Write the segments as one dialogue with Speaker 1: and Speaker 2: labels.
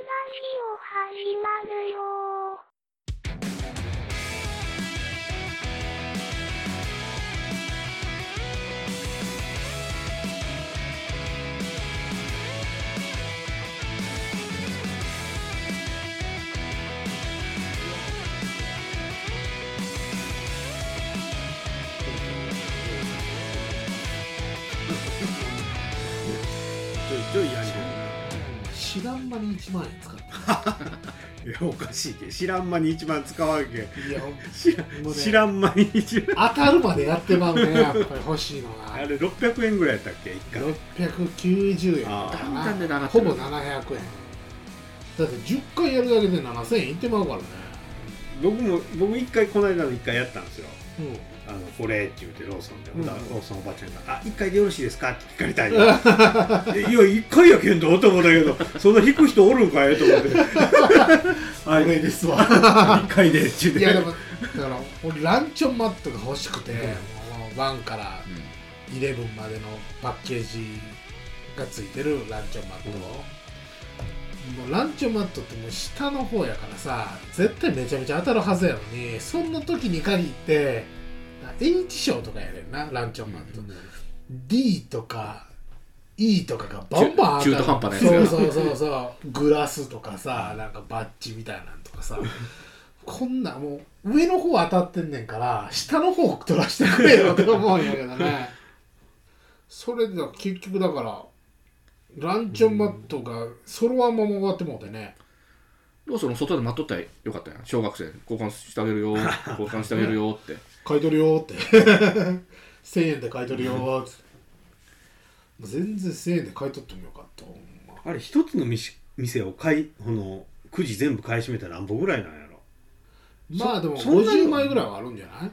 Speaker 1: チラシを始まるよ
Speaker 2: ちょいちょいやり
Speaker 3: 知らん間に1万円使っ
Speaker 2: るいやおかしいけ知らん間に一番使わんけ
Speaker 3: たいやほん
Speaker 2: 知ら
Speaker 3: もうね
Speaker 2: 知らん間に一番
Speaker 3: 当たるまでやってまうねやっ ぱり欲しいの
Speaker 2: あ
Speaker 3: が
Speaker 2: れ600円ぐらいやったっけ一回
Speaker 3: 690円
Speaker 2: あ
Speaker 3: か
Speaker 2: ー
Speaker 3: な
Speaker 4: 簡単でなかった
Speaker 3: ほぼ700円だって10回やるだけで7000円いってまうからね
Speaker 2: 僕も僕一回この間の一回やったんですよ
Speaker 3: うん
Speaker 2: あのこれって言ってローソンで、
Speaker 3: うん
Speaker 2: ローソンおばちゃんが「あ一回でよろしいですか?」って聞かれたんやいや一回やけんどと思ったけどそんな引く人おるんかいと思 って「はい
Speaker 3: これですわ
Speaker 2: 一回で」って言っ
Speaker 3: いやで
Speaker 2: て
Speaker 3: もだから俺ランチョンマットが欲しくて、
Speaker 2: うん
Speaker 3: もう1から11までのパッケージがついてるランチョンマット、もうランチョンマットってもう下の方やからさ絶対めちゃめちゃ当たるはずやのにそんな時に限ってあ H 賞とかやねんなランチョンマット、D とか E とかがバンバン
Speaker 4: 中中途半端なやつ
Speaker 3: そうそうそうそうグラスとかさなんかバッジみたいなんとかさこんなんもう上の方当たってんねんから下の方取らしてくれよと思うんやけどねそれで結局だからランチョンマットがそのまま終わってもうてね
Speaker 4: ローソンの外で待っとったらよかったやん小学生交換してあげるよ交換してあげるよって
Speaker 3: 買い取るよーって 1000円で買い取るよーってもう全然1000円で買い取ってもよかったほんま
Speaker 2: あれ一つの店店を買いこのくじ全部買い占めたら何ぼぐらいなんやろ
Speaker 3: まあでも
Speaker 2: そんなに
Speaker 3: 50枚ぐらいはあるんじゃない、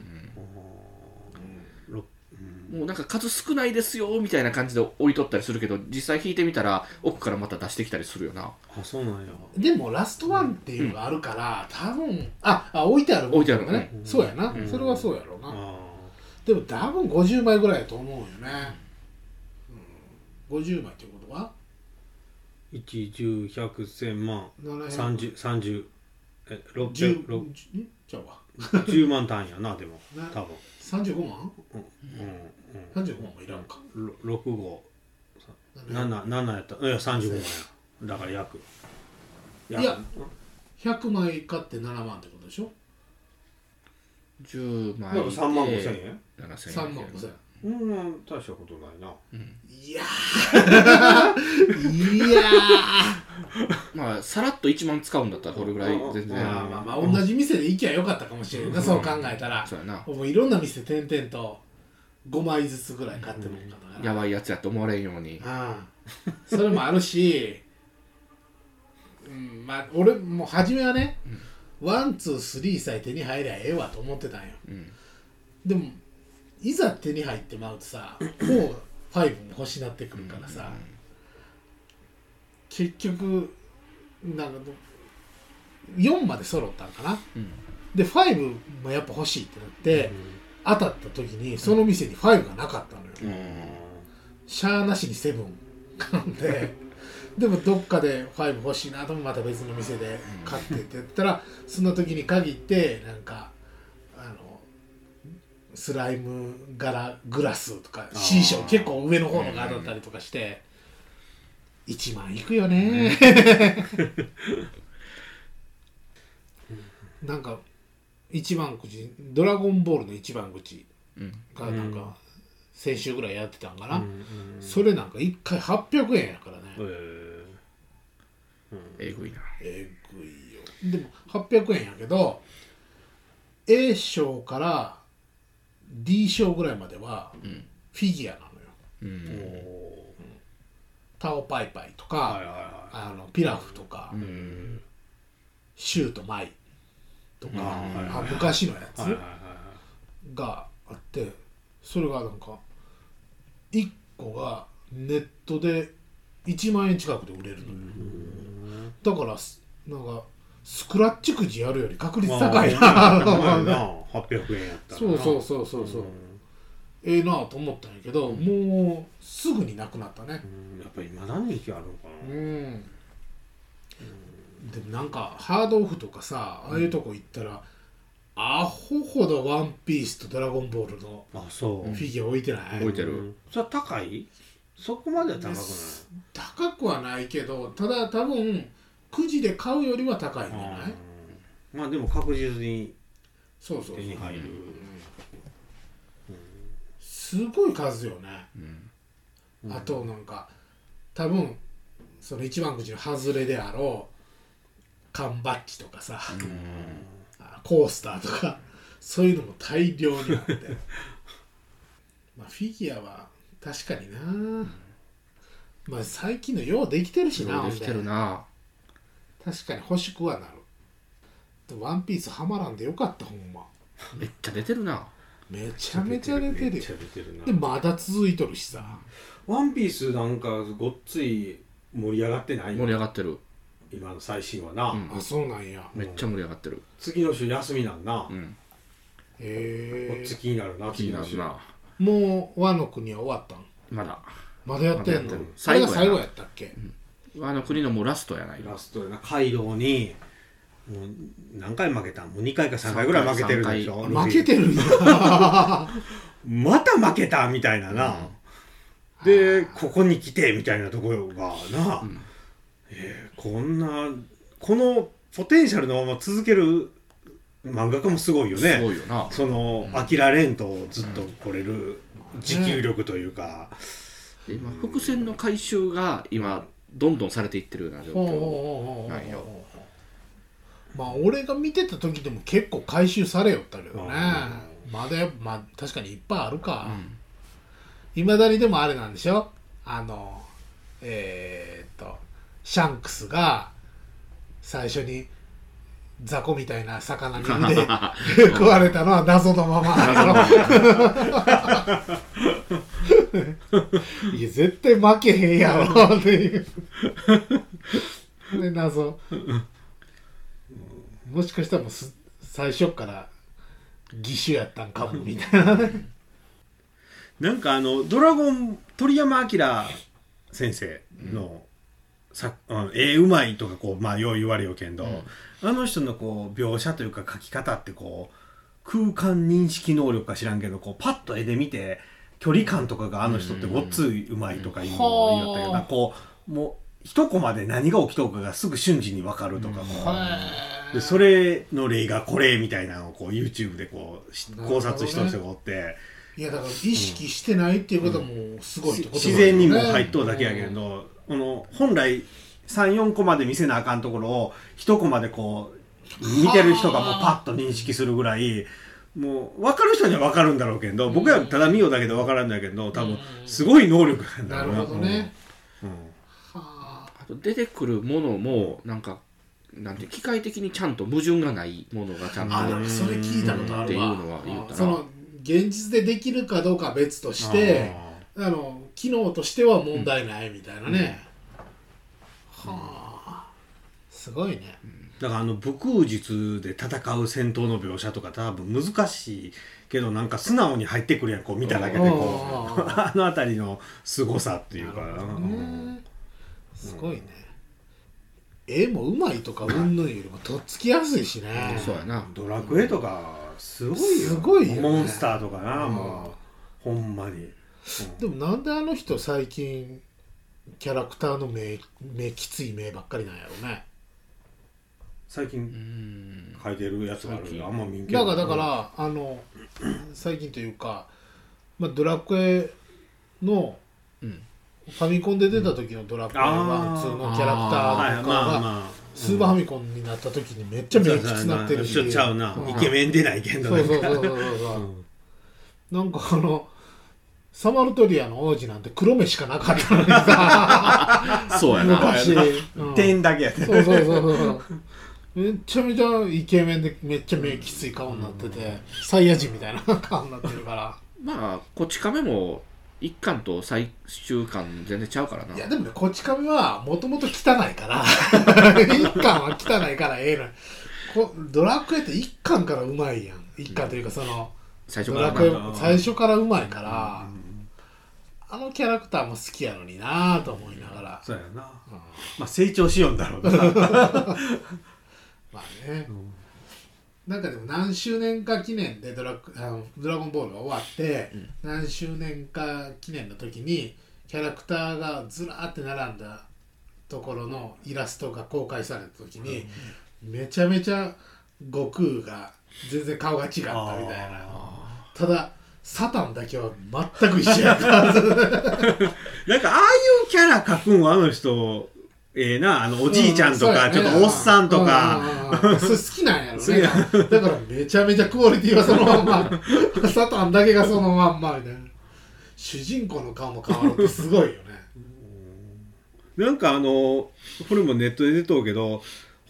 Speaker 4: もうなんか数少ないですよみたいな感じで置いとったりするけど実際引いてみたら奥からまた出してきたりするよな
Speaker 2: あそうなんや
Speaker 3: でもラストワンっていうのがあるから、多分ああ置いてある
Speaker 4: 置いてある
Speaker 3: ね、
Speaker 2: うん
Speaker 3: そうやな、
Speaker 4: うん
Speaker 3: それはそうやろうな、
Speaker 2: あ
Speaker 3: でも多分50枚ぐらいやと思うよね、うん、50枚っていうことは
Speaker 2: ー1 1 0 1 0 0万
Speaker 3: 7
Speaker 2: 30 30え六
Speaker 3: 0
Speaker 2: 0 0
Speaker 3: 10ちゃうわ
Speaker 2: 10万単位やなでも
Speaker 3: な
Speaker 2: 多分
Speaker 3: 35万
Speaker 2: うん
Speaker 3: 35万もいらんか
Speaker 2: うんろ6号7七やったいや35万やだから約約
Speaker 3: いや100枚買って7万ってことでしょ
Speaker 4: 10枚
Speaker 2: だから3万5千円
Speaker 4: 7000
Speaker 3: 3万
Speaker 4: 円
Speaker 3: 5000
Speaker 2: うん大したことないない
Speaker 3: やーいや
Speaker 4: まあさらっと1万使うんだったらこれぐらい全
Speaker 3: ー
Speaker 4: 然
Speaker 2: あ
Speaker 3: まあまあまあ同じ店で行きゃよかったかもしれんな、そう考えたら
Speaker 4: そうやな
Speaker 3: もういろんな店点々と5枚ずつぐらい買ってもらったから、
Speaker 4: やばいやつやと思われんように
Speaker 3: うんそれもあるし、うん、まあ俺もう初めはねワンツースリーさえ手に入りゃええわと思ってたんよ
Speaker 4: うん
Speaker 3: でもいざ手に入ってまうとさフォーファイブも欲しなってくるからさ、結局なんか4まで揃ったんかな
Speaker 4: うん
Speaker 3: で5もやっぱ欲しいってなって、当たった時にその店に5がなかったのよ、
Speaker 4: うん
Speaker 3: シャアなしにセブン買うんででもどっかで5欲しいなともまた別の店で買ってって言ったらその時に限ってなんかあのスライム柄グラスとか
Speaker 2: ー
Speaker 3: C 賞結構上の方のが当たったりとかして1万いくよねなんか一番口「ドラゴンボール」の一番口
Speaker 4: うん
Speaker 3: がなんか先週ぐらいやってたんかな、
Speaker 2: うんうん
Speaker 3: それなんか1回800円やからね、
Speaker 2: えー
Speaker 4: えぐいな
Speaker 3: えぐいよでも800円やけど A 賞から D 賞ぐらいまでは
Speaker 4: ん
Speaker 3: フィギュアなのよ、
Speaker 4: うん
Speaker 2: お
Speaker 3: タオパイパイとか、
Speaker 2: ーはいはいは
Speaker 3: あのピラフとか、
Speaker 4: うん
Speaker 3: シュートマイとか、
Speaker 2: うん
Speaker 3: あ昔のやつ
Speaker 2: いはいはいは
Speaker 3: があってそれがなんか1個がネットで1万円近くで売れるのよ、だからすなんかスクラッチくじやるより確
Speaker 2: い
Speaker 3: 率高い
Speaker 2: まあ
Speaker 3: な、
Speaker 2: 高いな800円やったら
Speaker 3: そうそう
Speaker 2: う
Speaker 3: そうそうそう、
Speaker 2: ん
Speaker 3: ええなと思ったんやけど、もうすぐになくなったね
Speaker 2: うんやっぱ今何人気あるのか
Speaker 3: うん、
Speaker 2: な
Speaker 3: でもなんかハードオフとかさああいうとこ行ったら、アホほど「ワンピースと「ドラゴンボール」の
Speaker 2: あそう、
Speaker 3: フィギュア置いてない、
Speaker 4: 置いてる
Speaker 2: うんそれは高いそこまでは高くない
Speaker 3: です高くはないけどただ多分くじで買うよりは高いんじゃない、
Speaker 2: うんまあでも確実に
Speaker 3: そうそうそう
Speaker 2: 手に入る、
Speaker 3: すごい数よね、
Speaker 4: ん
Speaker 3: あとなんか多分その一番くじの外れであろう缶バッジとかさ、あコースターとかそういうのも大量にあって まあフィギュアは確かにな、まあ最近のようできてるしな
Speaker 4: できてるな
Speaker 3: ほんで確かに欲しくはなるでワンピースはまらんでよかったほんま
Speaker 4: めっちゃ出てるな
Speaker 3: めちゃめちゃ出て
Speaker 2: め
Speaker 3: る
Speaker 2: っ
Speaker 3: よ
Speaker 2: ちゃ出てるな
Speaker 3: でまだ続いとるしさ
Speaker 2: ワンピースなんかごっつい盛り上がってない
Speaker 4: 盛り上がってる
Speaker 2: 今の最新はな、
Speaker 4: うん
Speaker 3: あそうなんや
Speaker 4: めっちゃ盛り上がってる
Speaker 2: 次の週休みなんな、
Speaker 4: うん
Speaker 2: こ
Speaker 3: へ
Speaker 2: っ
Speaker 3: え
Speaker 2: ち気になるな
Speaker 4: 気
Speaker 2: 次
Speaker 4: に
Speaker 2: の
Speaker 4: な
Speaker 2: 週
Speaker 4: るな
Speaker 3: もう和の国は終わったん
Speaker 4: まだ
Speaker 3: まだやってん
Speaker 4: まだ
Speaker 3: の
Speaker 4: やってる
Speaker 3: それが最
Speaker 4: 最後
Speaker 3: 後や
Speaker 4: やな
Speaker 3: ったっけ、
Speaker 4: あの国のもうラストやない
Speaker 2: ラストでなカイロウにもう何回負けたんもう2回か3回ぐらい負けてるでしょ
Speaker 4: 三
Speaker 2: ルフィ
Speaker 3: 負けてるんだ
Speaker 2: また負けたみたいなな、でここに来てみたいなところがな、
Speaker 4: うん
Speaker 2: えーこんなこのポテンシャルのまま続ける漫画家もすごいよ
Speaker 4: す
Speaker 2: ね
Speaker 4: ごいよな
Speaker 2: その、
Speaker 4: うん
Speaker 2: 飽きられんとずっと来れる持久力というか、
Speaker 4: で今伏線の回収が今どんどんされていってるような状
Speaker 3: ほうほう
Speaker 4: 況
Speaker 3: ほうほうほう
Speaker 4: なんよ
Speaker 3: まあ俺が見てた時でも結構回収されよったけどね
Speaker 2: う
Speaker 3: まだやっぱまあ確かにいっぱいあるか
Speaker 4: うん
Speaker 3: いま、未だにでもあれなんでしょあのえー、っとシャンクスが最初に雑魚みたいな魚に腕 食われたのは謎のままいや絶対負けへんや ろっていうこれ謎もしかしたらもうす最初っから義手やったんかもみたいなね
Speaker 2: なんかあの「ドラゴン」鳥山明先生のさ、うん絵うまいとかこうまあよう言われようけんど、あの人のこう描写というか描き方ってこう空間認識能力か知らんけどこうパッと絵で見て距離感とかがあの人ってごっついうまいとかいうのを言いよったけどな
Speaker 3: うん
Speaker 2: こうもう一コマで何が起きとるかがすぐ瞬時に分かるとかこうでそれの例がこれみたいなのをこう YouTube でこうし
Speaker 3: なるほど
Speaker 2: 考
Speaker 3: ね
Speaker 2: 察しとる人がおって。
Speaker 3: いやだから意識してないっていうこともすごいってことだ
Speaker 2: 自
Speaker 3: よね
Speaker 2: 然にもう入っとうだけやけれど、この本来34個まで見せなあかんところを1コマでこう見てる人がもうパッと認識するぐらいもう分かる人には分かるんだろうけど僕らただ見ようだけで分からんだけど多分すごい能力なんだ
Speaker 3: な
Speaker 2: ろ
Speaker 3: る
Speaker 2: うな
Speaker 3: ほどね、
Speaker 2: うん
Speaker 3: はあ
Speaker 4: あと出てくるものもなんかなんて機械的にちゃんと矛盾がないものがちゃん
Speaker 3: あなん
Speaker 4: と
Speaker 3: かそれ聞いたことあるわ
Speaker 4: っていうのは言うたな
Speaker 3: その現実でできるかどうかは別としてあの機能としては問題ないみたいなね、はあすごいね、
Speaker 2: だからあの武空術で戦う戦闘の描写とか多分難しいけどなんか素直に入ってくるやんこう見ただけでこう
Speaker 3: うん
Speaker 2: あの辺りの凄さっていうかな
Speaker 3: ねすごいね絵もうまいとかうんぬんよりもとっつきやすいしね
Speaker 4: そうやな
Speaker 2: ドラクエとかすごいよ
Speaker 3: すごいよね
Speaker 2: モンスターとかな、
Speaker 3: うん
Speaker 2: もうほんまに、
Speaker 3: でもなんであの人最近キャラクターの目目きつい目ばっかりなんやろうね
Speaker 2: 最
Speaker 4: う
Speaker 2: 近
Speaker 4: ん
Speaker 2: 書いてるやつがあるけ
Speaker 4: 最
Speaker 2: ど
Speaker 4: 近
Speaker 2: あんま見んけ
Speaker 3: だ
Speaker 2: ど
Speaker 3: からだから、あの最近というか、まあ、ドラクエの
Speaker 4: うん
Speaker 3: ファミコンで出た時のドラクエは普通のキャラク
Speaker 2: はい
Speaker 3: ターとか
Speaker 2: まあま
Speaker 3: が
Speaker 2: あ
Speaker 3: スーパーファミコンになった時にめっちゃ目きつなってるし
Speaker 2: ちょっとちゃうな、
Speaker 3: うん
Speaker 2: イケメンでないけんど
Speaker 3: そう
Speaker 2: ね
Speaker 3: そうそうそうそう
Speaker 2: うん
Speaker 3: なんかあのサマルトリアの王子なんて黒目しかなかったのにさ
Speaker 4: そうやな
Speaker 3: 昔、うん
Speaker 2: 点だけやね
Speaker 3: そうそうそうそうめっちゃめちゃイケメンでめっちゃ目きつい顔になってて、サイヤ人みたいな 顔になってるから
Speaker 4: まあこち亀も一巻と最終巻全然ちゃうからない
Speaker 3: やでもねこち亀はもともと汚い から一巻は汚いからええのよこドラクエって一巻からうまいやん一巻というかその、
Speaker 4: 最初
Speaker 3: ド
Speaker 4: か
Speaker 3: ラ
Speaker 4: ら
Speaker 3: ク
Speaker 4: な
Speaker 3: エ最初からうまいから、あのキャラクターも好きやのになぁと思いながら、
Speaker 2: そうやな
Speaker 3: うん
Speaker 2: まあ成長しようんだろう な
Speaker 3: まあね
Speaker 2: うん
Speaker 3: なんかでも何周年か記念でドラクあのドラゴンボールが終わって、
Speaker 4: うん
Speaker 3: 何周年か記念の時にキャラクターがずらーって並んだところのイラストが公開された時に、めちゃめちゃ悟空が全然顔が違ったみたいな
Speaker 2: あ
Speaker 3: ただサタンだけは全く一緒やったはず
Speaker 2: ー なんかああいうキャラ描くんはあの人ええなあのおじいちゃんとか、
Speaker 3: う
Speaker 2: ちょ
Speaker 3: そう
Speaker 2: っ
Speaker 3: や
Speaker 2: と
Speaker 3: ね
Speaker 2: おっさんとか、
Speaker 3: うんうんうんそれ好きなんやろ
Speaker 2: 好き
Speaker 3: ねだからめちゃめちゃクオリティはそのまんまサタンだけがそのまんまみたいな主人公の顔も変わるってすごいよね
Speaker 2: なんかあのこれもネットで出とうけど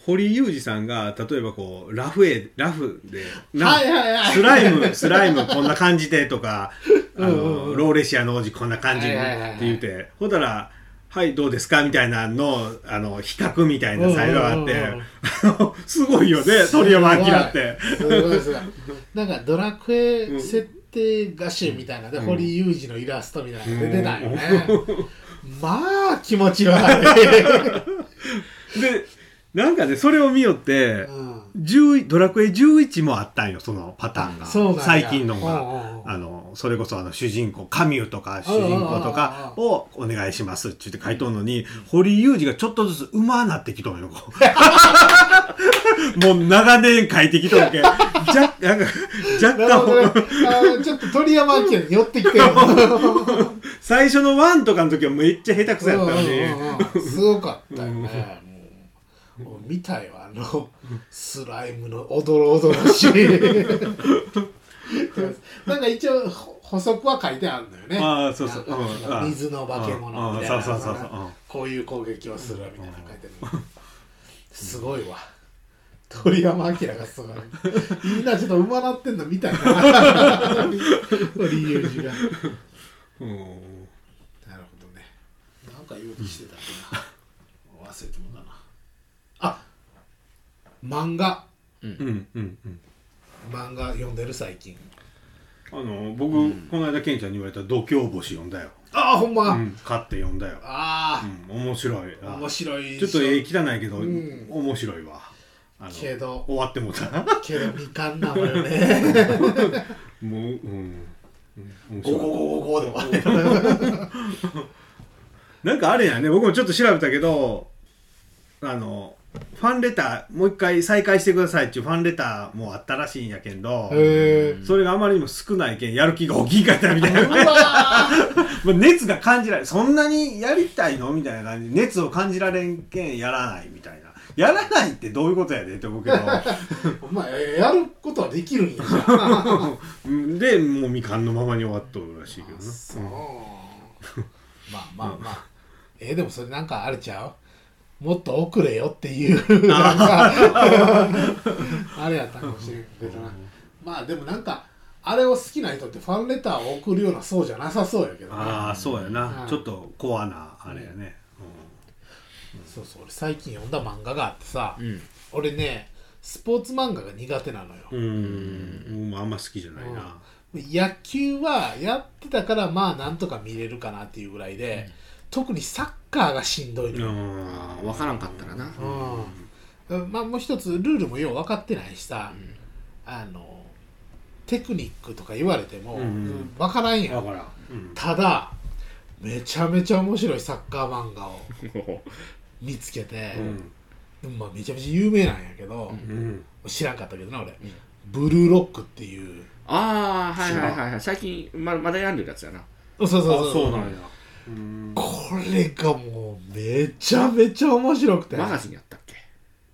Speaker 2: 堀裕二さんが例えばこうラフ絵ラフでな
Speaker 3: はいはいはい
Speaker 2: スライムスライムこんな感じでとかあの
Speaker 3: うんうんうん
Speaker 2: ローレシアの王子こんな感じ
Speaker 3: は
Speaker 2: っ
Speaker 3: いはいはいはい
Speaker 2: て言うてほんだら「はいどうですか?」みたいなのをあの比較みたいな材料があって
Speaker 3: うんうんうんうん
Speaker 2: すごいよね
Speaker 3: すごい
Speaker 2: 鳥山明って。
Speaker 3: すごいすごいなんかドラクエ設定画集みたいなで、
Speaker 2: うん
Speaker 3: 堀裕二のイラストみたいなのが出てたんよね
Speaker 2: う、
Speaker 3: まあ気持 ち悪
Speaker 2: でなんかねそれを見よって
Speaker 3: い、、うん
Speaker 2: 10ドラクエ11もあったんよそのパターンが
Speaker 3: そうなんや
Speaker 2: 最近の
Speaker 3: うんうん
Speaker 2: が
Speaker 3: うん
Speaker 2: あのそれこそあの主人公カミュとか主人公とかをお願いしますって言って書いとんのに堀裕二がちょっとずつうまなってきとんよこ うもう長年書いてきとんけんじゃなんか
Speaker 3: なるほどね
Speaker 2: 若干
Speaker 3: あーちょっと鳥山明に寄っ てきてる
Speaker 2: 最初の1とかの時はめっちゃ下手くそやったのに
Speaker 3: うんうんうんすごかったよね、もう見たよあのスライムのおどろおどろし いなんか一応ほ補足は書いてあるんだよね
Speaker 2: あーそうそう
Speaker 3: なんか
Speaker 2: うんうん
Speaker 3: 水の化け物みたいな
Speaker 2: うんうんそうそうそうそううん
Speaker 3: こういう攻撃をするみたいなの書いてあるすごいわ鳥山明がすごいみんなちょっと馬なってんの見 たいな理由が
Speaker 2: うん
Speaker 3: なるほどね。なんか言うとしてたっ けな。忘れてもだな。あ漫画。
Speaker 2: うんうんうん
Speaker 3: 漫画読んでる最近。
Speaker 2: あの僕、この間ケンちゃんに言われた「度胸星」読んだよ、
Speaker 3: ああ、ほんま。
Speaker 2: うん、買って読んだよ、
Speaker 3: あ
Speaker 2: うん、面白いあ
Speaker 3: あ、面白い。
Speaker 2: ちょっと絵汚いけど、
Speaker 3: うん
Speaker 2: 面白いわあの
Speaker 3: けど
Speaker 2: 終わってもうた
Speaker 3: けど未完なのよね。
Speaker 2: もううん、うん、面
Speaker 3: ゴ
Speaker 2: 白い
Speaker 3: ゴゴゴゴでもあるよね。
Speaker 2: なんかあれやね僕もちょっと調べたけどあのファンレターもう一回再開してくださいっていうファンレターもあったらしいんやけんど
Speaker 3: へえ。
Speaker 2: それがあまりにも少ないけんやる気が大きいかったみたいうな
Speaker 3: わー
Speaker 2: まあ熱が感じられそんなにやりたいのみたいな感じで熱を感じられんけんやらないみたいなやらないってどういうことやでって思うけど
Speaker 3: お前やることはできるんやじゃん
Speaker 2: うんでもう未完のままに終わっとるらしいけどな
Speaker 3: そう まあまあまあえーでもそれなんかあれちゃうもっと遅れよって いうなんかあれやったかもしれんけどなまあでもなんかあれを好きな人ってファンレターを送るようなそうじゃなさそうやけどね
Speaker 2: ああそうやな、
Speaker 3: うん
Speaker 2: ちょっとコアなあれやね、
Speaker 3: そうそう俺最近読んだ漫画があってさ、
Speaker 4: うん
Speaker 3: 俺ねスポーツ漫画が苦手なのよ、
Speaker 2: うんうんもうあんま好きじゃないな、
Speaker 3: 野球はやってたからまあなんとか見れるかなっていうぐらいで、特にサッカーがしんどいの
Speaker 2: う
Speaker 3: よ、
Speaker 2: ん
Speaker 4: あーわからんかったらな
Speaker 3: うん、まあもう一つルールもよう分かってないしさ、あのテクニックとか言われても、
Speaker 2: うんうん
Speaker 3: 分からんや
Speaker 2: だ
Speaker 3: ん
Speaker 2: から、うん
Speaker 3: ただめちゃめちゃ面白いサッカー漫画を見つけて、
Speaker 2: うん
Speaker 3: でもまあめちゃめちゃ有名なんやけど、
Speaker 2: うん、
Speaker 3: 知らんかったけどな俺、ブルーロックっていう
Speaker 4: ああはいはいはいはい最近ままだ病んでるやつやな
Speaker 3: そうそう
Speaker 2: あ
Speaker 3: そう
Speaker 2: そうなんや、うん、
Speaker 3: これがもうめちゃめちゃ面白くて
Speaker 4: マガジンやったっけ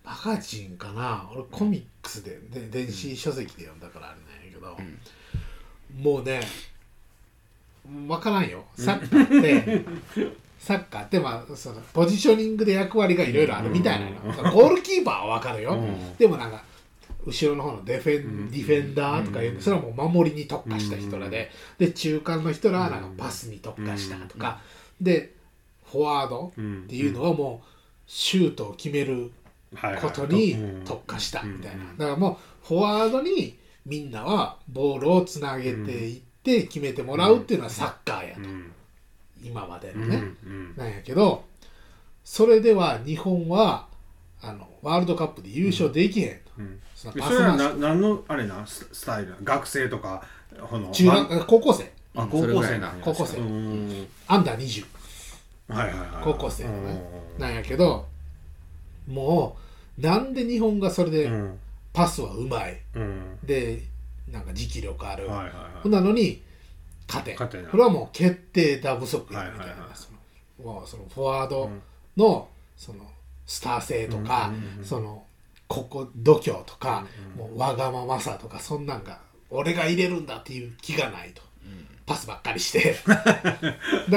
Speaker 3: マガジンかな俺コミックスでで電子書籍で読んだからあれなんやけど、もうね分からんよサッカーって サッカーってまあそのポジショニングで役割がいろいろあるみたいなの、そのゴールキーパーは分かるよ、
Speaker 2: うん
Speaker 3: でもなんか後ろの方のデフェン、ディフェンダーとかいう、それはもう守りに特化した人らで、で中間の人らはなんかパスに特化したとか、でフォワードっていうのはもうシュートを決める
Speaker 2: はいはい
Speaker 3: ことに
Speaker 2: うん
Speaker 3: 特化したみたいな
Speaker 2: うんうん
Speaker 3: だからもうフォワードにみんなはボールをつなげていって決めてもらうっていうのはサッカーや
Speaker 2: うん
Speaker 3: 今まで
Speaker 2: う
Speaker 3: の
Speaker 2: ん
Speaker 3: ね、
Speaker 2: うん
Speaker 3: なんやけどそれでは日本はあのワールドカップで優勝できへんと、
Speaker 2: うん
Speaker 3: その
Speaker 2: で
Speaker 3: パ
Speaker 2: そ
Speaker 3: ス
Speaker 2: れは
Speaker 3: 回し
Speaker 2: な何のあれなススタイルな学生とかこの
Speaker 3: 中学、高校生
Speaker 2: まあ
Speaker 4: うん
Speaker 2: 高
Speaker 4: それぐ
Speaker 2: 校
Speaker 4: ら
Speaker 2: 生
Speaker 4: いな
Speaker 2: なんや
Speaker 3: 高校生
Speaker 2: うん
Speaker 3: アンダー20
Speaker 2: はいはいはい
Speaker 3: 高校生
Speaker 2: うん
Speaker 3: なんやけどもうなんで日本がそれ
Speaker 2: う
Speaker 3: で
Speaker 2: ん
Speaker 3: パスはうまい
Speaker 2: うん
Speaker 3: でなんか持久力ある、
Speaker 2: はいはいはい
Speaker 3: ほんなのに勝て
Speaker 2: 勝てない
Speaker 3: これはもう決定打不足やみたい
Speaker 2: はいはい
Speaker 3: な
Speaker 2: はい
Speaker 3: そのもうそのフォワード
Speaker 2: うん
Speaker 3: のそのスター性とか
Speaker 2: うんうんうん
Speaker 3: そのここ度胸とか
Speaker 2: うん
Speaker 3: もうわがままさとかそんなんが俺が入れるんだっていう気がないとパスばっかりして だ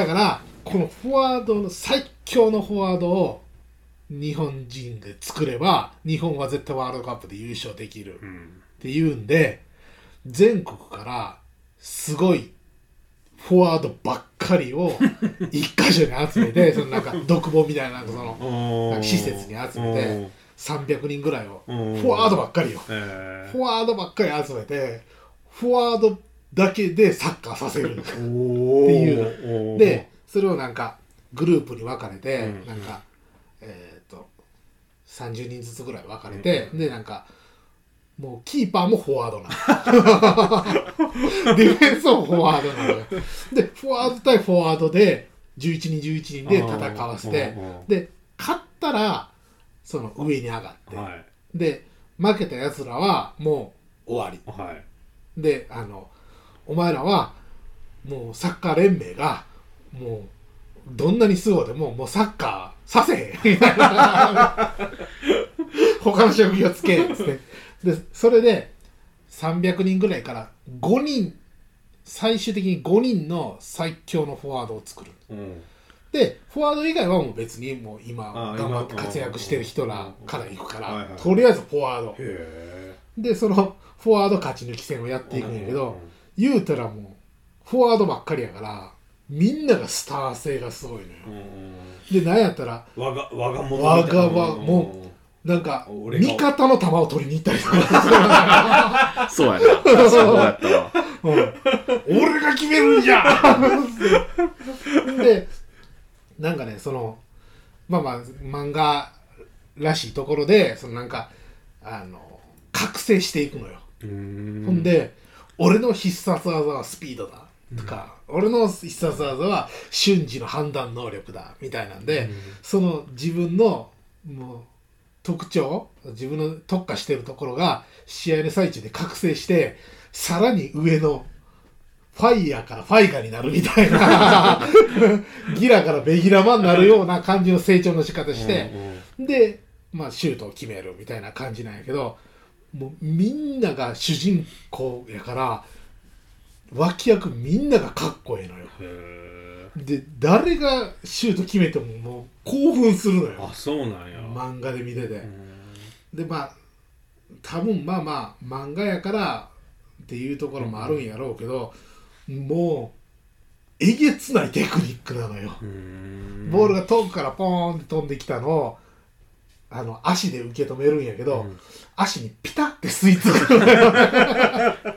Speaker 3: からこのフォワードの最強のフォワードを日本人で作れば日本は絶対ワールドカップで優勝できる
Speaker 2: うん
Speaker 3: っていうんで全国からすごいフォワードばっかり を一箇所に集めてそのなんか独房みたいななんかその
Speaker 2: おー
Speaker 3: 施設に集め300人ぐらいを
Speaker 2: お
Speaker 3: フ
Speaker 2: ー
Speaker 3: ォワードばっかりよ
Speaker 2: おーえ
Speaker 3: フォワードばっかり集めてフォワードだけでサッカーさ せる
Speaker 2: ーお
Speaker 3: って
Speaker 2: いう
Speaker 3: でそれをなんかグループに分かれて、
Speaker 2: うん
Speaker 3: なんかえっ、と30人ずつぐらい分かれて、でなんかもうキーパーもフォワードなの ディフェンスもフォワードなのよでフォワード対フォワードで11人11人で戦わせてで勝ったらその上に上がって、
Speaker 2: はい
Speaker 3: で負けたやつらはもう終わり
Speaker 2: はい
Speaker 3: であのお前らはもうサッカー連盟がもうどんなにすごいでももうサッカーさせへん みたいな他の職業つけっつってでそれで300人ぐらいから5人最終的に5人の最強のフォワードを作る
Speaker 2: うん
Speaker 3: でフォワード以外はもう別にもう今
Speaker 2: ああ
Speaker 3: 頑張って活躍してる人らから行くか
Speaker 2: はい
Speaker 3: ら
Speaker 2: はい
Speaker 3: とりあえずフォワード
Speaker 2: へえ
Speaker 3: でその フォワード勝ち抜き戦をやっていくんやけど、言うたらもうフォワードばっかりやからみんながスター性がすごいのよ
Speaker 2: うんうん
Speaker 3: でなんやったら
Speaker 2: わがわがも
Speaker 3: わがわもなんか
Speaker 2: 俺が
Speaker 3: 味方の球を取りに行ったりとか
Speaker 4: そうやな。そうやったわ。
Speaker 3: うん俺が決めるんじゃんでなんかねそのまあまあ漫画らしいところでそのなんかあの覚醒していくのよ
Speaker 2: ほ
Speaker 3: ほんで、俺の必殺技はスピードだとか、俺の必殺技は瞬時の判断能力だみたいなんで、その自分のもう特徴自分の特化してるところが試合の最中で覚醒してさらに上のファイヤーからファイガーになるみたい なギラからベギラマンになるような感じの成長の仕方して。で、まあ、シュートを決めるみたいな感じなんやけどもうみんなが主人公やから脇役みんながかっこええのよ
Speaker 2: へ
Speaker 3: で誰がシュート決めてももう興奮するの
Speaker 2: ーあ
Speaker 3: よ
Speaker 2: そうなんや
Speaker 3: 漫画で見てて
Speaker 2: うん
Speaker 3: でまあ多分まあまあ漫画やからっていうところもあるんやろうけどもうえげつないテクニックなのよ
Speaker 2: うん
Speaker 3: ボールが遠くからポーンって飛んできたのをあの足で受け止めるんやけど、
Speaker 2: うん
Speaker 3: 足にピタッて吸い付く のよだか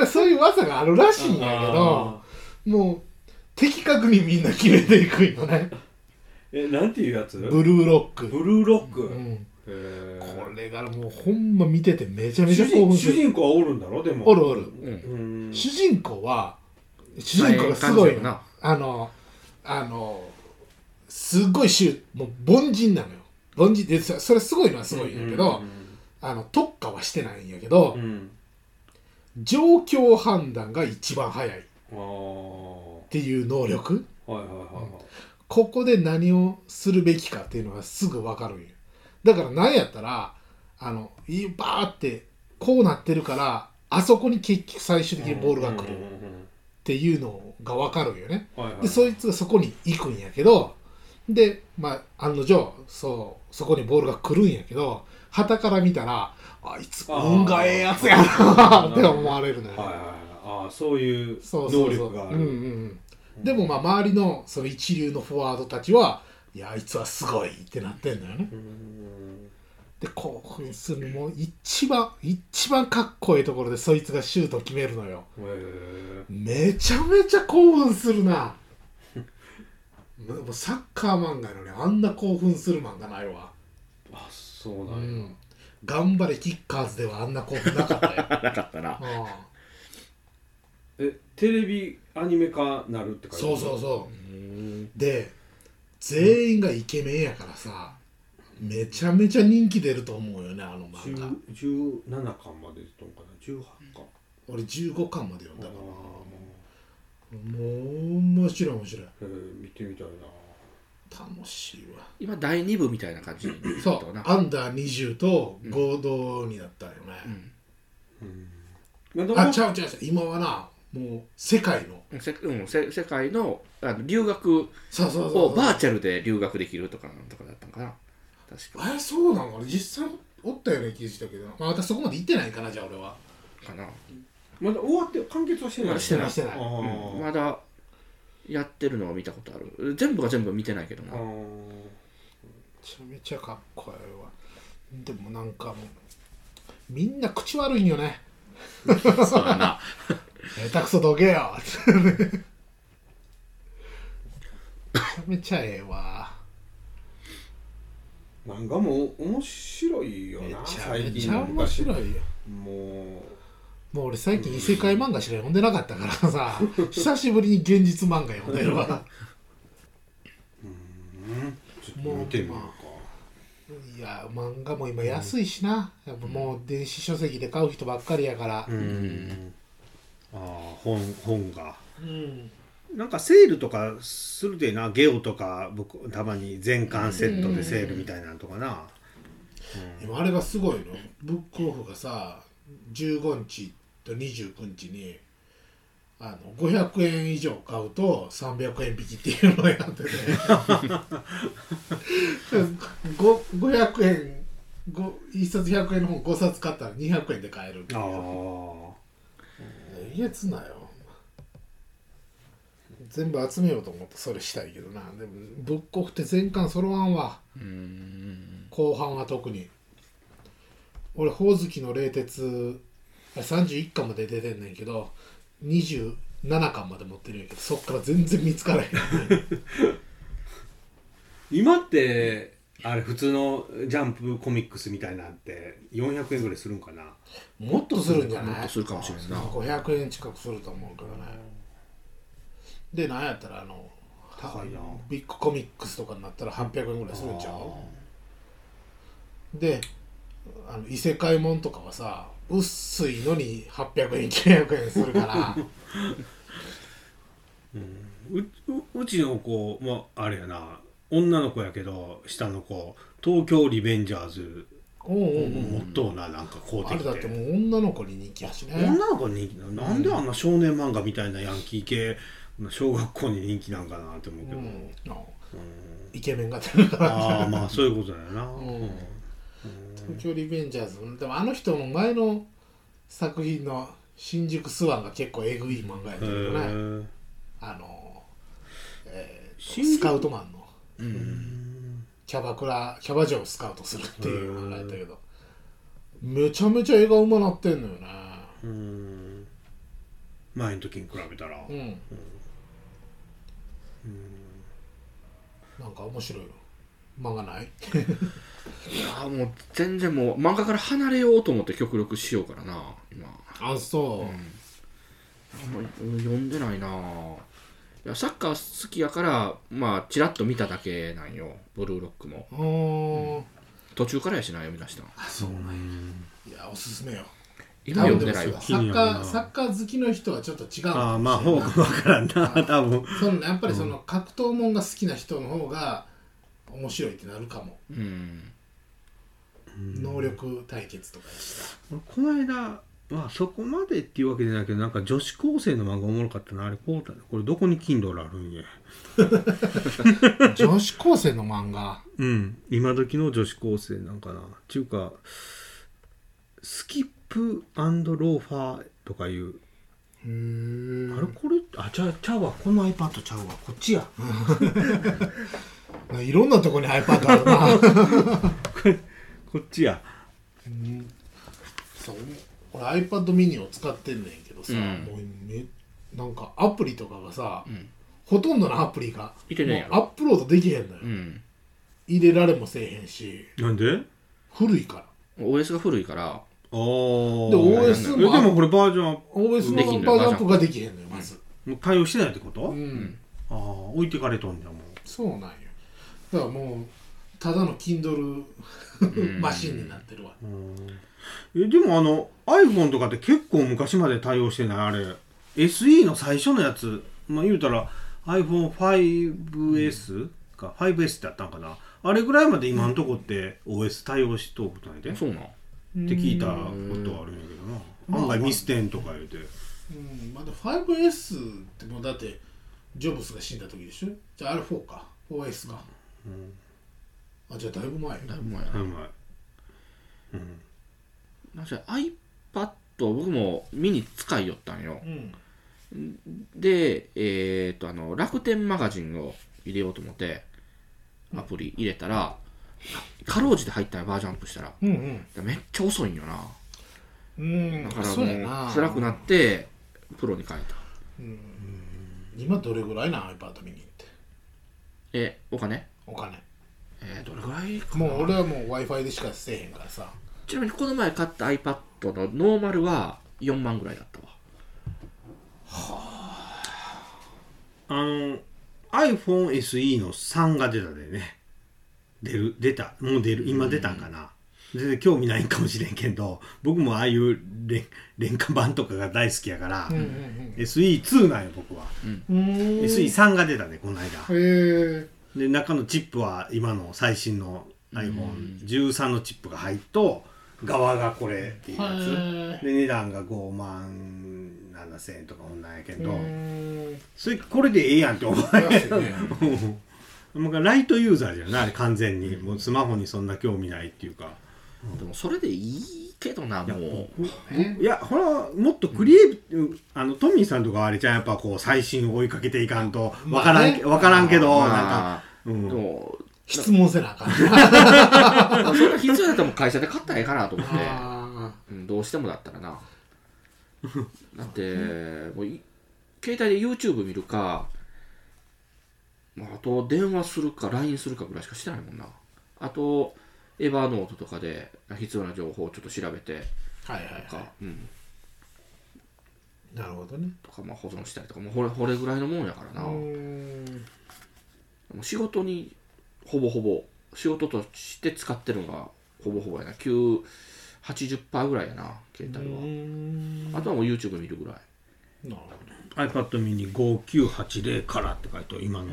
Speaker 3: らそういう技があるらしいんやけど
Speaker 2: あ
Speaker 3: もう的確にみんな決めていくんよね
Speaker 2: ーえなんていうやつブ
Speaker 3: ブルーロック、
Speaker 2: ルーロック
Speaker 3: うん、
Speaker 2: へ
Speaker 3: こ
Speaker 2: ー
Speaker 3: れがもうほんま見ててめちゃめ
Speaker 2: 主
Speaker 3: ちゃ興
Speaker 2: 人
Speaker 3: 奮す
Speaker 2: 主
Speaker 3: る
Speaker 2: 人公はおるんだろでも
Speaker 3: おるおる
Speaker 4: うん。
Speaker 2: うん
Speaker 3: 主人公は主人公がすごいの。あの、あの、すごいシューもう凡人なのよ。凡人で、そそれすごいのはすごいんやけど、あの、特化はしてないんやけど、
Speaker 2: うん
Speaker 3: 状況判断が一番早いっ
Speaker 2: あー
Speaker 3: ていう能力。
Speaker 2: はいはいはいはい
Speaker 3: ここで何をするべきかっていうのがすぐわかるんよ。だからなんやったら、あの、いバーって、こうなってるから、あそこに結局最終的にボール
Speaker 2: う
Speaker 3: が来
Speaker 2: んうん
Speaker 3: るっ
Speaker 2: うん
Speaker 3: ていうのがわかるんよね。
Speaker 2: はいはい
Speaker 3: でそいつがそこに行くんやけどでまあ案の定そうそこにボールが来るんやけど旗から見たらあいつ
Speaker 2: あー
Speaker 3: 運がええやつやなって思われるのよ、
Speaker 2: はいはいはいあーそういう
Speaker 3: そうそ
Speaker 2: 能
Speaker 3: うそう
Speaker 2: 力があ
Speaker 3: うんうん
Speaker 2: る
Speaker 3: うん、でもまあ周りのその一流のフォワードたちはいやあいつはすごいってなってんのよね
Speaker 2: うん
Speaker 3: で興奮するもう一番一番かっこいいところでそいつがシュートを決めるのよ
Speaker 2: へー
Speaker 3: めちゃめちゃ興奮するな もうサッカー漫画なのにあんな興奮する漫画ないわ、
Speaker 2: あそう
Speaker 3: う
Speaker 2: なんや、
Speaker 3: ん、頑張れキッカーズではあんな興奮なかったよ
Speaker 4: なかったな。
Speaker 3: あ
Speaker 2: えテレビアニメ化なるって
Speaker 3: あ
Speaker 2: 感じ
Speaker 3: そうそうそうう
Speaker 4: ーん
Speaker 3: で全員がイケメンやからさめちゃめちゃ人気出ると思うよねあの漫画
Speaker 2: 10 17巻まで出とんかな18巻
Speaker 3: 俺15巻まで読ん
Speaker 2: だ
Speaker 3: だ
Speaker 2: か
Speaker 3: からら
Speaker 2: も、
Speaker 3: もう面白い面白いう
Speaker 2: えー見てみたいな
Speaker 3: 楽しいわ
Speaker 4: 今、第2部みたいな感じ
Speaker 3: そ
Speaker 4: だ
Speaker 3: う
Speaker 4: な。
Speaker 3: アンダー20と合同になったよね、
Speaker 4: うん
Speaker 2: まあでも
Speaker 3: あちゃうちゃうちゃう今はなもう世界の
Speaker 4: うんせうん、せ世界のあの留学
Speaker 3: そうそうそう
Speaker 4: を
Speaker 3: そう
Speaker 4: バーチャルで留学できるとかなんとかだったのかな確か
Speaker 3: あれそうなの実際おったような気がしたけど、まあ、私そこまで行ってないかなじゃあ俺は
Speaker 4: かな、
Speaker 2: まだ終わって完結はしてない
Speaker 4: まだしてない
Speaker 3: してない
Speaker 2: あー
Speaker 4: うんまだやってるのは見たことある全部が全部見てないけど
Speaker 2: あ
Speaker 4: な
Speaker 2: ー
Speaker 3: めちゃめちゃかっこええわでもなんかもうみんな口悪いんよね
Speaker 4: そうだな
Speaker 3: 下手くそどけ よめちゃめちゃええわ
Speaker 2: 漫画も面白いよ
Speaker 3: め
Speaker 2: な
Speaker 3: ちゃ
Speaker 2: 最
Speaker 3: めち
Speaker 2: 近の
Speaker 3: ゃ面
Speaker 2: 昔
Speaker 3: 白いよ
Speaker 2: も
Speaker 3: もう俺最近異世界漫画しか読んでなかったから さ久しぶりに現実漫画読んで るわ
Speaker 2: ううんちょっと見てみようか
Speaker 3: いや漫画も今安いしな、やっぱもう電子書籍で買う人ばっかりやから
Speaker 2: う、んああ本本が
Speaker 3: うん
Speaker 2: なんかセールとかするでなゲオとか僕たまに全巻セットでセールみたいなのとかな、
Speaker 3: でもあれがすごいのブックオフがさ15日と29日にあの500円以上買うと300円引きっていうのをやってて ご500円ご1冊100円の本5冊買ったら200円で買えるっていう
Speaker 2: ああ
Speaker 3: えげつなよ全部集めようと思ってそれしたいけどなでもぶっこくて全巻揃わんわ
Speaker 4: うーん
Speaker 3: 後半は特に俺ほおずきの冷徹あれ31巻まで出てんねんけど27巻まで持ってるんやけどそっから全然見つからへん
Speaker 2: 今ってあれ普通のジャンプコミックスみたいなんて400円ぐらいするんかな
Speaker 3: もっとするんじゃない
Speaker 4: もっとするかもしれんな
Speaker 3: 500円近くすると思うけどねでなんやったらあの
Speaker 2: 高いな
Speaker 3: ビッグコミックスとかになったら800円ぐらいするんちゃうであの異世界もんとかはさ薄いのに800円900円するから
Speaker 2: うううちの子もあれやな女の子やけど下の子東京リベンジャーズ
Speaker 3: おうおうおう、
Speaker 2: もっとうななんかこう
Speaker 3: あ
Speaker 2: て
Speaker 3: れ
Speaker 2: き
Speaker 3: だって
Speaker 2: て
Speaker 3: もう女の子に人気やしね
Speaker 2: 女の子に人気なのなんであんな少年漫画みたいなヤンキー系小学校に人気なんかなって思うけ
Speaker 3: う
Speaker 2: ど、うん
Speaker 3: んイケメンが出るか
Speaker 2: あ
Speaker 3: ら
Speaker 2: あまあそういうことだよ な、うん
Speaker 3: 東京リベンジャーズでもあの人の前の作品の「新宿スワン」が結構えぐい漫画やったけど
Speaker 2: へ
Speaker 3: ね
Speaker 2: ー
Speaker 3: あの、えーと
Speaker 2: 新宿
Speaker 3: スカウトマンの
Speaker 4: うん
Speaker 3: キャバクラキャバ嬢をスカウトするっていう漫画やったけどめちゃめちゃ映画うまなってんのよね
Speaker 2: うん前の時に比べたら、
Speaker 3: うん、なんか面白いの漫画ない
Speaker 4: いやーもう全然もう漫画から離れようと思って極力しようからな今
Speaker 3: あそう、
Speaker 4: あんまりうん読んでないなぁいやサッカー好きやからまあちらっと見ただけなんよブルーロックも
Speaker 3: うーん
Speaker 4: 途中からやしな読み出したの
Speaker 2: あそうなん
Speaker 3: いやおすすめよ
Speaker 4: 今読んでないわ
Speaker 3: 多分すよサッ
Speaker 2: 気に
Speaker 3: カ
Speaker 2: なるな
Speaker 3: ーサッカー好きの人はちょっと違うの
Speaker 2: ああ
Speaker 3: かもしれない
Speaker 2: まあ方向わからんな
Speaker 3: あ
Speaker 2: 多分
Speaker 3: そのやっぱりその格闘もんが好きな人の方が面白いってなるかも、
Speaker 4: うん
Speaker 3: 能力対決とかでした
Speaker 2: 俺この間まあそこまでっていうわけじゃないけどなんか女子高生の漫画おもろかったなあれこうたこれどこに Kindle あるんや
Speaker 3: 女子高生の漫画
Speaker 2: うん今時の女子高生なんかなちゅうかスキップローファーとかいう
Speaker 3: へ
Speaker 2: あれこれあちゃうちゃうわこの iPad ちゃうわこっちや
Speaker 3: えいろんなとこに iPad ある な
Speaker 2: こっちや
Speaker 3: そう俺 iPad mini を使ってんねんけどさ、
Speaker 4: うん
Speaker 3: もうめなんかアプリとかがさ、
Speaker 4: ん
Speaker 3: ほとんどのアプリが
Speaker 4: いて
Speaker 3: も
Speaker 4: ね
Speaker 3: う
Speaker 4: えや
Speaker 3: ア
Speaker 4: ろ
Speaker 3: ップロードできへんのよ、
Speaker 4: うん
Speaker 3: 入れられもせえへんし
Speaker 2: なんで
Speaker 3: 古いから
Speaker 4: OS が古いから
Speaker 2: あー
Speaker 3: で
Speaker 2: え
Speaker 3: OS
Speaker 2: で
Speaker 3: も
Speaker 2: もこれバージョンアッ
Speaker 3: OS
Speaker 4: できん
Speaker 3: のバ
Speaker 4: のよ
Speaker 3: ージョンアップができへんのよまず、
Speaker 2: プもう対応してないってこと、
Speaker 3: うん
Speaker 2: ああ置いてかれとんじゃんも
Speaker 3: そうなんよだからもうただの Kindle
Speaker 4: ん
Speaker 3: マシンになってるわ
Speaker 2: ううんえでもあの iPhone とかって結構昔まで対応してないあれ SE の最初のやつまあ言うたら iPhone5S か、5S だったんかなあれぐらいまで今のとこって OS 対応しとくないで、って
Speaker 4: そうなん
Speaker 2: 聞いたことはあるんやけどな、
Speaker 3: まあ
Speaker 2: 案外ミステンとか言うて、
Speaker 3: うんまだ 5S ってもうだってジョブスが死んだ時でしょじゃああれ4か 4S か
Speaker 2: うん
Speaker 3: あじゃあだいぶ前よ
Speaker 4: だいぶ前やな
Speaker 2: うまい、うん、
Speaker 4: なんせ iPad 僕もミニ使いよったんよ
Speaker 3: うん
Speaker 4: で、えー、とあの楽天マガジンを入れようと思ってアプリ入れたらかろうじて入ったよバージョンアップしたら
Speaker 3: うん
Speaker 4: めっちゃ遅いんよな
Speaker 3: うん
Speaker 4: だ
Speaker 3: だ
Speaker 4: か
Speaker 3: からら
Speaker 4: もう
Speaker 3: そうやな
Speaker 4: 辛くなってプロに変えた
Speaker 3: 今どれぐらいなん iPad 見に行って
Speaker 4: えお金
Speaker 3: お金
Speaker 4: えー、どれぐらいかな
Speaker 3: もう俺はもう w i f i でしかせえへんからさ
Speaker 4: ちなみにこの前買った iPad のノーマルは4万ぐらいだったわ
Speaker 2: あの iPhone SE の3が出たでね出る出たもう出る今出たんかな、全然興味ないんかもしれんけど僕もああいう廉廉価版とかが大好きやから、
Speaker 3: ん
Speaker 2: SE2 なんよ僕は、
Speaker 3: うん
Speaker 2: SE3 が出たねこの間
Speaker 3: へえ
Speaker 2: で中のチップは今の最新の iPhone13 のチップが入っと側がこれっていうやつで値段が5万7千円とかこんなんやけど、それこれでええやんって思ううんなんかライトユーザーじゃないあれ完全にもうスマホにそんな興味ないっていうか
Speaker 4: でもそれでいいけどなもう
Speaker 2: いやほらもっとクリエイティブ、あのトミーさんとかはあれじゃんやっぱこう最新を追いかけていかんとわからん、
Speaker 3: まあね
Speaker 2: わからんけど、なんか、
Speaker 4: まあ
Speaker 2: う
Speaker 4: で
Speaker 2: ん、
Speaker 4: も
Speaker 3: 質問せなあかん
Speaker 4: まあそれが必要だったらもう会社で買ったらええかなと思って
Speaker 3: あ
Speaker 4: うんどうしてもだったらなだってもうい携帯で YouTube 見るか、まあ、あと電話するか LINE するかぐらいしかしてないもんなあとエヴァノートとかで必要な情報をちょっと調べて
Speaker 3: ーはいはい
Speaker 4: と
Speaker 3: は
Speaker 4: か、うん、
Speaker 3: いなるほどね
Speaker 4: とかまあ保存したりとかもうこれこれぐらいのもんやからな
Speaker 3: う
Speaker 4: も
Speaker 3: ん
Speaker 4: う仕事にほぼほぼ仕事として使ってるのがほぼほぼやな9 80%ぐらいやな携帯は、
Speaker 3: な
Speaker 4: あとはもう YouTube 見るぐらい
Speaker 2: iPad mini 5980からって書いてある今の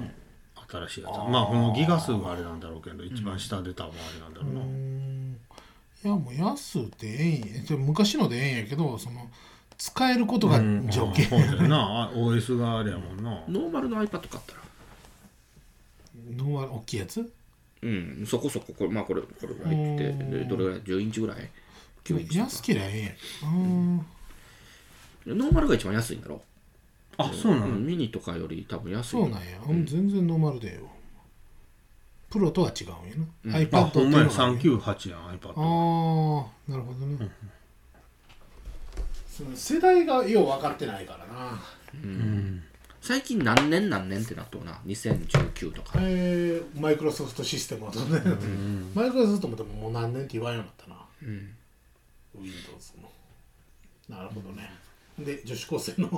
Speaker 2: 新しいやつ、まあこのギガ数があれなんだろうけど一番下出たのはあれなんだろうな、
Speaker 3: いやもう安ってええんやじゃあ昔のでええんやけどその使えることが条件、
Speaker 2: そうだよな OS があれやもんな
Speaker 4: ノーマルの iPad 買ったら
Speaker 3: のは大きいやつ
Speaker 4: うん、そこそこ、これ、まあ、これ、これぐらいって、でどれぐらい、10インチぐらい。9インチとか
Speaker 3: 安けりゃええんやうん
Speaker 4: ノーマルが一番安いんだろ
Speaker 2: あそうなの、
Speaker 4: うんミニとかより多分安い。
Speaker 3: そうなんや、うん、全然ノーマルでええよプロとは違うんやな、
Speaker 2: あ
Speaker 3: iPad って
Speaker 2: ほ
Speaker 3: いうんの
Speaker 2: まや
Speaker 3: があるんや
Speaker 2: 398やん iPad
Speaker 3: ああなるほどね、その世代がよう分かってないからな
Speaker 2: うん
Speaker 4: 最近何年何年ってなっとうな。2019とか。
Speaker 3: えーマイクロソフトシステムはどんなのマイクロソフトもでももう何年って言わんようになったな
Speaker 4: うん。
Speaker 3: Windows もなるほどねで女子高生の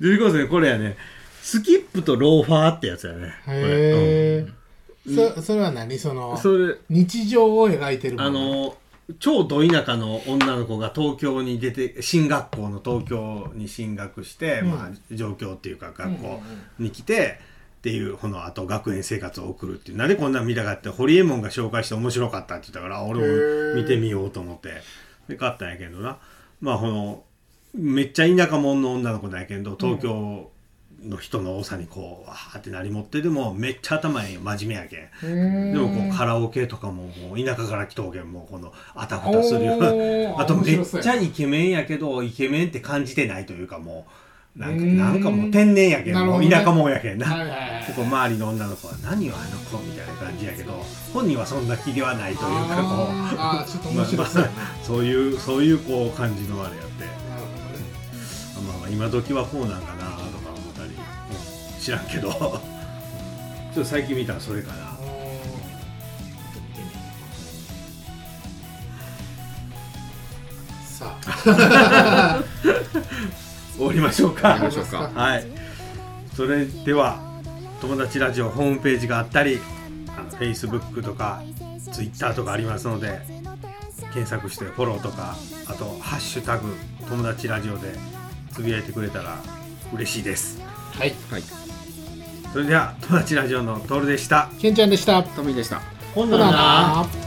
Speaker 2: 女子高生これやねスキップとローファーってやつやねこれ、
Speaker 3: へえそそれは何そ
Speaker 2: うん
Speaker 3: の
Speaker 2: それ
Speaker 3: 日常を描いてるもの
Speaker 2: あの超ど田舎の女の子が東京に出て進学校の東京に進学して、
Speaker 3: うん
Speaker 2: まあ上京っていうか学
Speaker 3: うんうん
Speaker 2: 校に来て、っていうこのあと学園生活を送るっていうなんでこんなん見たかってホリエモンが紹介して面白かったって言ったからあ俺
Speaker 3: へ
Speaker 2: も
Speaker 3: ー
Speaker 2: 見てみようと思ってで買ったんやけどなまあこのめっちゃ田舎者の女の子なんやけど東京の人の多さにこうわーってなりもってでもめっちゃ頭に真面目やけん
Speaker 3: うーん
Speaker 2: でもこうカラオケとかももう田舎から来とうけんもうこのあたふ
Speaker 3: お
Speaker 2: た
Speaker 3: ー
Speaker 2: するようなあとめっ
Speaker 3: 面白そう
Speaker 2: ちゃ
Speaker 3: や
Speaker 2: イケメンやけどイケメンって感じてないというかもうなんか
Speaker 3: うーん
Speaker 2: なんかもう天然やけん
Speaker 3: なる
Speaker 2: も
Speaker 3: ほど
Speaker 2: う
Speaker 3: ね
Speaker 2: 田舎もんやけんな、
Speaker 3: はいはいはい
Speaker 2: 結構周りの女の子は「何よあの子」みたいな感じやけど本人はそんな気ではないというかこう
Speaker 3: あーあーちょっと面白そうやな
Speaker 2: そういうそういうこう感じのあれやって
Speaker 3: なるほどね
Speaker 2: か今時はこうなんかなとか思ったり、うん知らんけど ちょっと最近見たらそれかな
Speaker 3: さ
Speaker 2: 終わりましょう
Speaker 4: やり
Speaker 2: か
Speaker 4: ましょうか
Speaker 2: はいそれでは友達ラジオホームページがあったりあの Facebook とか Twitter とかありますので検索してフォローとかあと「ハッシュタグ友達ラジオ」でつぶやいてくれたら嬉しいです
Speaker 3: あはい
Speaker 4: はい
Speaker 2: それでは友達ラジオのトールでした
Speaker 3: ケンちゃんでした
Speaker 4: トミーでした
Speaker 2: ほん
Speaker 3: ほなな